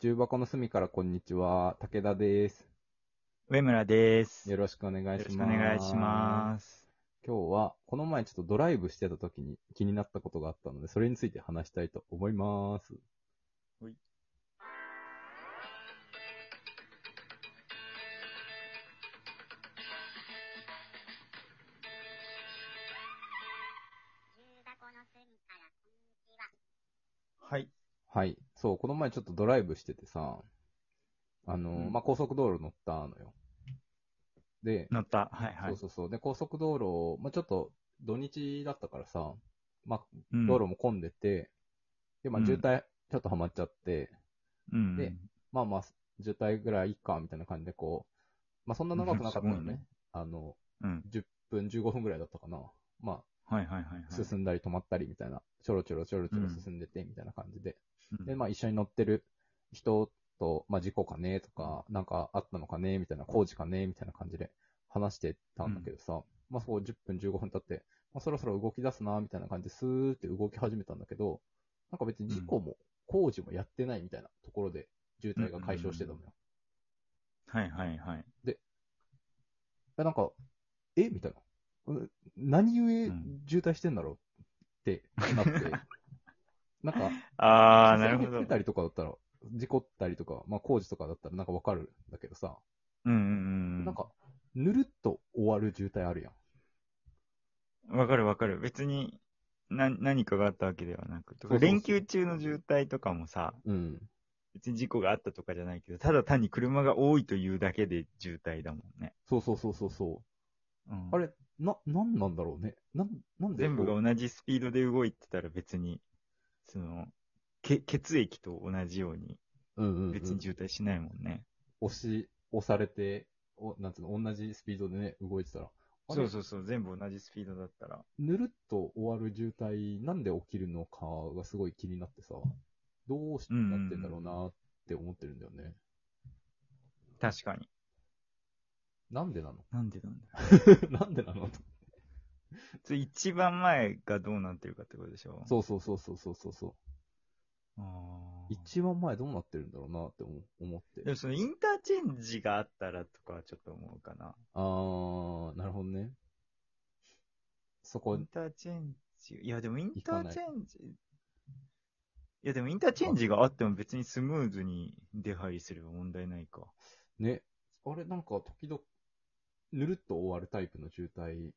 重箱の隅からこんにちは。武田です。上村です。よよろしくお願いしまろす。しくお願いします。今日は、この前ちょっとドライブしてた時に気になったことがあったので、それについて話したいと思います。はいはい。はい。そう、この前ちょっとドライブしててさ、あの、うんまあ、高速道路乗ったのよ。で、乗った。はいはそうい。そうそう。で、高速道路、まあ、ちょっと土日だったからさ、まあ、うん道路も混んでて、で、まあ、うん渋滞ちょっとはまっちゃって、うん。でまあまあ、渋滞ぐらいいいか、みたいな感じでこう、まあそんな長くなかったのうんすごいねね。あの、うん。 10分、15分ぐらいだったかな。まはいはいはいはい。あ、進んだり止まったりみたいな、ちょろちょろちょろちょろ進んでて、みたいな感じで。うんで、まあ一緒に乗ってる人と、まあ事故かねとか、なんかあったのかねみたいな、工事かねみたいな感じで話してたんだけどさ、まあそう10分、15分経って、まあそろそろ動き出すな、みたいな感じでスーって動き始めたんだけど、なんか別に事故も工事もやってないみたいなところで渋滞が解消してたのよ。はいはいはい。え、なんか、えみたいな。う何故うん渋滞してんだろうってな って。なんか、あ車ー、な線るほでど。う出んたりとかだったら、事故ったりとか、まあ工事とかだったらなんかわかるんだけどさ、うんうん。なん、か、ぬるっと終わる渋滞あるやん。わかるわかる。別に、な、何かがあったわけではなくそうそうそう連休中の渋滞とかもさ、うん。別に事故があったとかじゃないけど、ただ単に車が多いというだけで渋滞だもんね。そうそうそうそうそうんう。あれ、な、なんなんだろうね。なん、なんで全部こが同じスピードで動いてたら別に、その、け血液と同じように、う、うんうん、うん。別に渋滞しないもんね。押し、押されて、おなんつうの、同じスピードでね、動いてたら。あれそうそうそう、全部同じスピードだったら。ぬるっと終わる渋滞、なんで起きるのかがすごい気になってさ、どうしてうんうんなうんってんだろうなって思ってるんだよね。確かに。なんでなの なんでなんだなんでなのそれ一番前がどうなってるかってことでしょう。そうそうそうそうそうそうそう。あー一番前どうなってるんだろうなって思思ってで。もそのインターチェンジがあったらとかはちょっと思うかな。あー、なるほどね。そイこ、ンターチェンジ、いやでもイン行タかないーチェンジ、いやでもインターチェンジがあっても別にスムーズに出入りすれば問題ないか。ね。あれ、なんか時々、ぬるっと終わるタイプの渋滞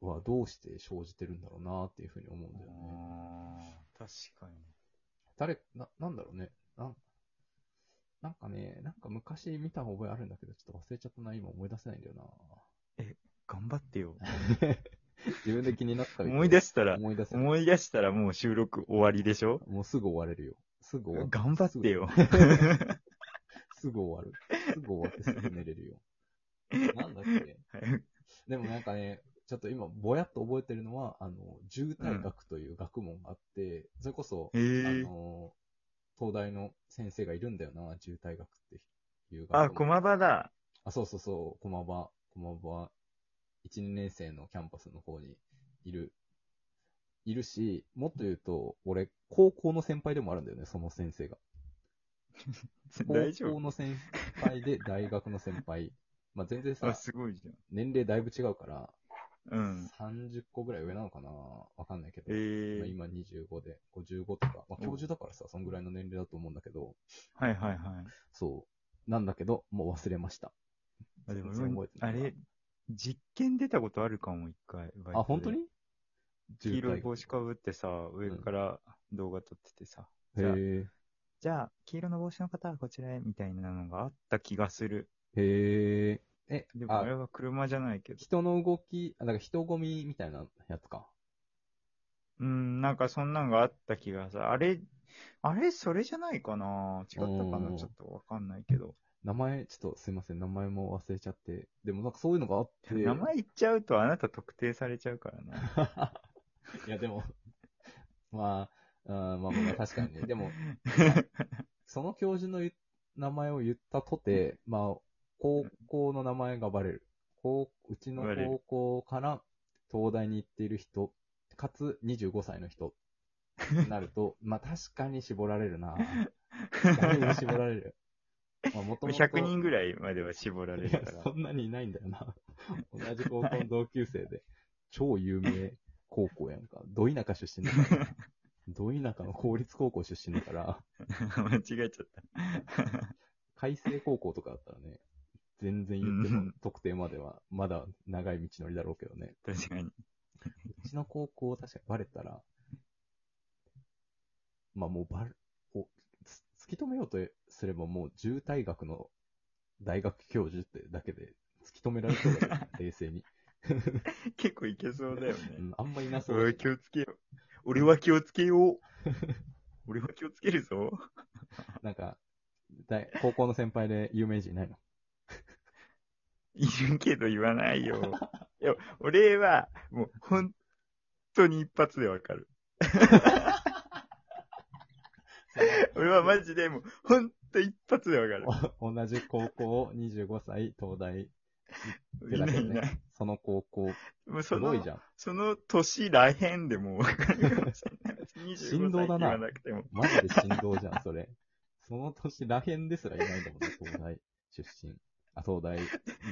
はどうして生じてるんだろうなっていうふうに思うんだよね。あー確かに。誰、な、なんだろうね。なん、なんかね、なんか昔見た覚えあるんだけど、ちょっと忘れちゃったな、今思い出せないんだよな。頑張ってよ。自分で気になった思い出ししたら、思い出せない思い出したらもう収録終わりでしょもうすぐ終われるよ。すぐ終わる。頑張ってよ。すぐ終わる。すぐ終わってすぐ寝れるよ。なんだっけでもなんかね、ちょっと今、ぼやっと覚えてるのは、あの、渋滞学という学問があって、それこそ、えあー、の、東大の先生がいるんだよな、渋滞学っていう学問。あ、駒場だ。 あ、そうそうそう、駒場、駒場、1、2年生のキャンパスの方にいる、いるし、もっと言うと、俺、高校の先輩でもあるんだよね、その先生が。大丈高校夫の先輩 で大学の先輩。まあ、全然あ、さ、すごいじ年齢だいぶ違うから、ゃん。うん。 30個ぐらい上なのかなわかんないけど。えまあー、今25で、55とか、まあ、教授だからさ、そんぐらいの年齢だと思うんだけど、はいはいはい。そう。なんだけど、もう忘れました。あでも全然覚えてなあいなれ、実験出たことあるかも、一回。バイトであ、本当に黄色渋い滞帽子かぶってさ、上から動画撮っててさ。へじゃあーじゃあ、黄色の帽子の方はこちらへ、みたいなのがあった気がする。へえ。えで、もああれ、は車じゃないけど。人の動き、あ、なんか人混みみたいなやつか。うん、なんかそんなんがあった気がさ、あれ、あれ、それじゃないかな違ったかうなんちょっとわかんないけど。名前、ちょっとすいません、名前も忘れちゃって。でもなんかそういうのがあって。 名前言っちゃうとあなた特定されちゃうからね。 いや、でも、 まあ、うんまあまあまあ確かにね。で も、その教授の言う名前を言ったとて、まあ、高校の名前がバレる。こううちのバレる高校から東大に行っている人、かつ25歳の人、なると、まあ確かに絞られるな。誰 に絞られる。 まあ、もともと。 100人ぐらいまでは絞られいるやか、そら。んなにいないんだよな。 同じ高校の同級生で。超有名高校やんか。ど田舎出身だからな。ど田舎の公立高校出身だから、 間違えちゃった。海星高校とかだったらね、全然言ってうもん特定までは、まだ長い道のりだろうけどね。確かに。うちの高校確かにバレたら、まあもうバレ、おつ突き止めようとすればもう渋滞学の大学教授ってだけで突き止められそうだけどね冷静に。結構いけそうだよねう。んあんまいなそう俺だしは気をつけよう。俺は気をつけよう。俺は気をつけるぞ。なんか、大高校の先輩で有名人いないのいるけど言わないよ。いや、俺は、もう、本当に一発でわか る。俺はマジで、もう、本当一発でわかお同じ高校、25歳、東大。る。いないいない。その高校、もうすそごいのじ、ゃん。その年らへんでもうわか るかもしれない。25振動だ歳言なわなくても。マジで振動じゃん、それ。その年らへんですらいないんだもんね、東大出身。あ、東大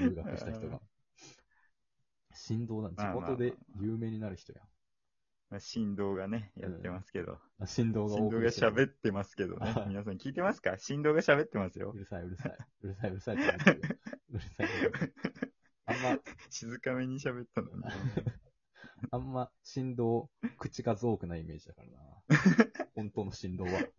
留学した人が。振動なん、地まあまあまあ元で有名になる人やん。まあ、振動がね、やってますけど。あ振動が振動多がく喋ってますけど ねは。い皆さん聞いてますか振動が喋ってますよう。るさい、うるさい。うるさい、うるさいって言ってるよ。うるさい。うるさいあんま、静かめに喋ったのに。あんま振動、口数多くないイメージだからな。本当の振動は。い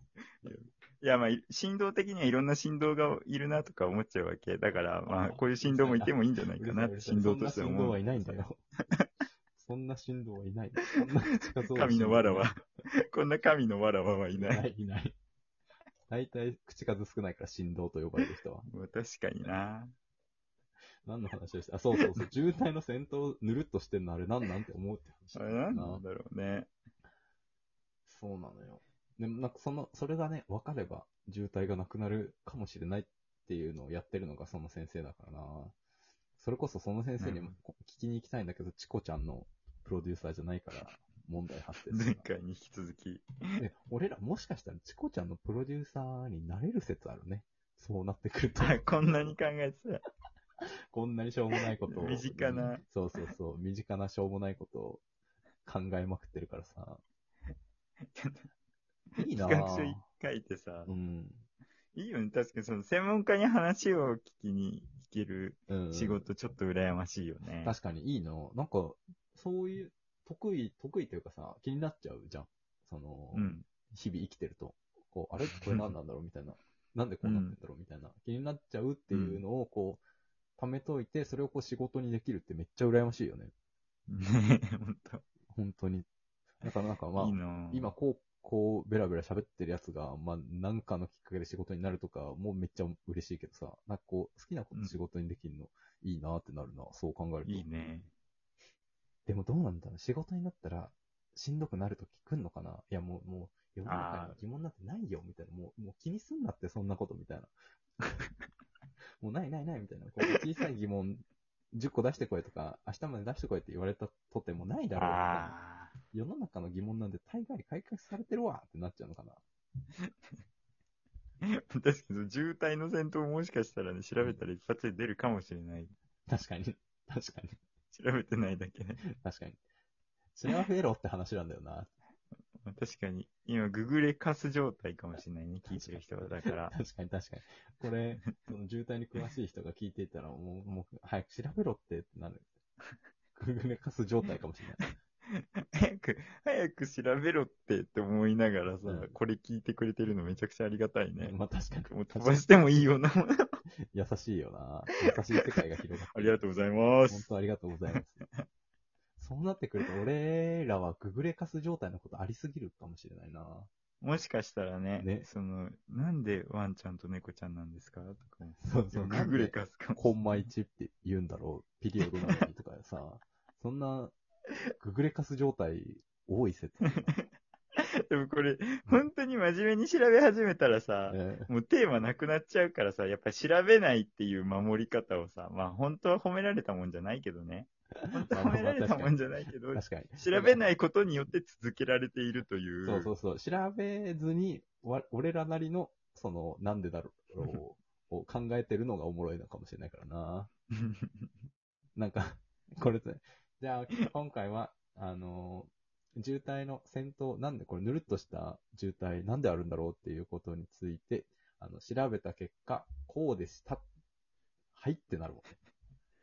や、まあ、い振動的にはいろんな振動がいるなとか思っちゃうわけ。だから、まあ、こういう振動もいてもいいんじゃない かなって、振動としてそんな振動思はう。いないんだよ。そんな振動はいない。そんな口数多い神振動のわらわ。 こんな神のわらわはいいな。ないい、いない。大体、口数少ないから振動と呼ばれる人は。 もう確かにな。何の話をして、あ、そうそう そう、渋滞の先頭ぬるっとしてんのあれなんなんて思うって話あれなんだろうね。そうなのよ。でもなんかその、それがね、分かれば渋滞がなくなるかもしれないっていうのをやってるのがその先生だからな。それこそその先生にもうん聞きに行きたいんだけど、チコちゃんのプロデューサーじゃないから問題発生す前る回に引き続き。 な。で俺らもしかしたらチコちゃんのプロデューサーになれる説あるね。そうなってくる と。あ、こんなに考えてた。こんなにしょうもないことを。身近な。そうそうそう。身近なしょうもないことを考えまくってるからさ。いいな企画書ぁ。 書いてさう。ん。いいよね。確かに、その、専門家に話を聞きに行けるうん。仕事、ちょっと羨ましいよね。確かにいいの。なんか、そういう、得意、得意というかさ、気になっちゃうじゃん。その、うん。 日々生きてると。こう、あれこれ何なんだろうみたいな。なんでこうなってんだろうみたいな。気になっちゃうっていうのを、こう、貯めといて、それをこう仕事にできるってめっちゃ羨ましいよね。ねえ、ほんと。本当に。だからなんかまあいい、な今、こう、こう、ベラベラ喋ってるやつが、まあ、なんかのきっかけで仕事になるとか、もうめっちゃ嬉しいけどさ、なんかこう、好きなこと仕事にできるの、いいなってなるな、そう考えると。いいね。でもどうなんだろう仕事になったら、しんどくなるとき来んのかないや、もう、もう、世の中には疑問なんてないよ、みたいな。もう、もう気にすんなって、そんなこと、みたいな。 もうないないない、みたいな。こう小さい疑問、10個出してこいとか、明日まで出してこいって言われたとてもないだろうみたいな。あ世の中の疑問なんで大概解決されてるわってなっちゃうのかな。あー。 確かにその渋滞の先頭もしかしたらね、調べたら一発で出るかもしれない。 確かに。確かに。調べてないだけね。確かに。幸せエロって話なんだよな。確かに、今、ググレカス状態かもしれないね、聞いてる人は。だから、 確かに確かに。これ、その渋滞に詳しい人が聞いていたら、もう、もう、早く調べろってってなる。グーグルカス状態かもしれない。早く、早く調べろってって思いながらさ、うんこれ聞いてくれてるのめちゃくちゃありがたいね。まあ確かに。もう飛ばしてもいいような。優しいよな。優しい世界が広がって。ありがとうございま本す。当ありがとうございます。そうなってくると、俺らはググレカス状態のことありすぎるかもしれないな。もしかしたらね、ねその、なんでワンちゃんと猫ちゃんなんですかとかも。そうそう。ググレカスか も。コンマ1って言うんだろう、ピリオドなのにとかさ、 そんな、ググレカス状態多い説 だな、でもこれ、本当に真面目に調べ始めたらさ、えもうテーマなくなっちゃうからさ、やっぱり調べないっていう守り方をさ、まあ本当は褒められたもんじゃないけどね。本当は褒められたもんじゃないけどえ、確かに。調べい。ないことによって続けられているという。そうそうそう。調べずに、わ俺らなりのその、なんでだろうを考えてるのがおもろいのかもしれないからな。なんか、これで、じゃあ、今回は、あのー渋滞の先頭、なんでこれぬるっとした渋滞、なんであるんだろうっていうことについて、あの、調べた結果、こうでした。はいってなるもんね。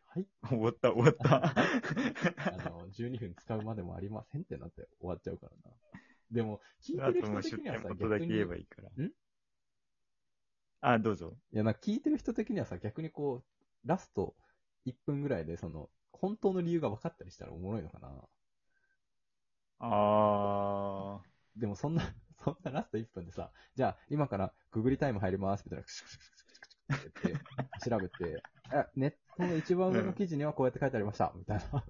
はい終わった、終 わった。あの、12分使うまでもありませんってなって終わっちゃうからな。でも、聞いあてとるも人う出的には店さ、元逆だに、け言えばいいから。んあ、どうぞ。いや、なんか聞いてる人的にはさ、逆にこう、ラスト1分ぐらいで、その、本当の理由が分かったりしたらおもろいのかな。あでもそんな、そんなラスト1分でさ、じゃあ今からググりタイム入りますみたいな、クシュクシュクシュクシュクシュってやって調べて、あネットの一番上の記事にはこうやって書いてありました、みたいな。ー。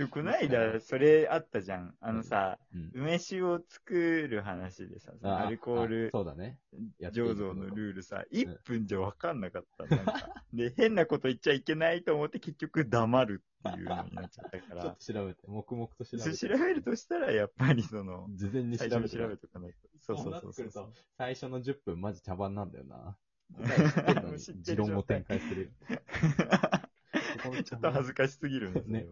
よくないだ、それあったじゃん。あのさ、うん梅酒を作る話でさ、そのあアルコールあそうだね。やっていくの醸造のルールさ、ん1分じゃ分かんなかった。なんかで、変なこと言っちゃいけないと思って結局黙るっていうのになっちゃったかちょっらと。調べて、黙々と調べそて。れ調べるとしたら、やっぱりその、事前に調最べて初なにい。調べとかないと。そうそうそうなそっうてそくうると、最初の10分マジ茶番なんだよな。 もう知って持る論を状態展開する。 ちょっと恥ずかしすぎるんですねね。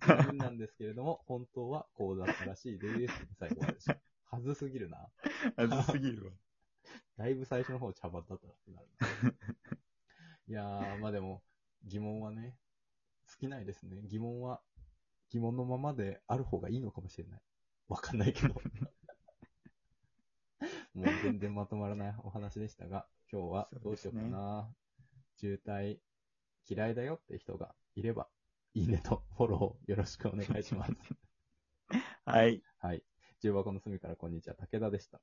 ちなみになんですけれども、本当はこうだったらしいです。最後までした。はずすぎるな。恥ずすぎるわ。だいぶ最初の方茶番だったなってなるな。いやー、まあでも、疑問はね、尽きないですね。疑問は、疑問のままである方がいいのかもしれない。わかんないけど。もう全然まとまらないお話でしたが、今日はどうしようかな。渋滞嫌いだよって人がいれば、いいねとフォローよろしくお願いします。はい。はい。重箱の隅からこんにちは、武田でした。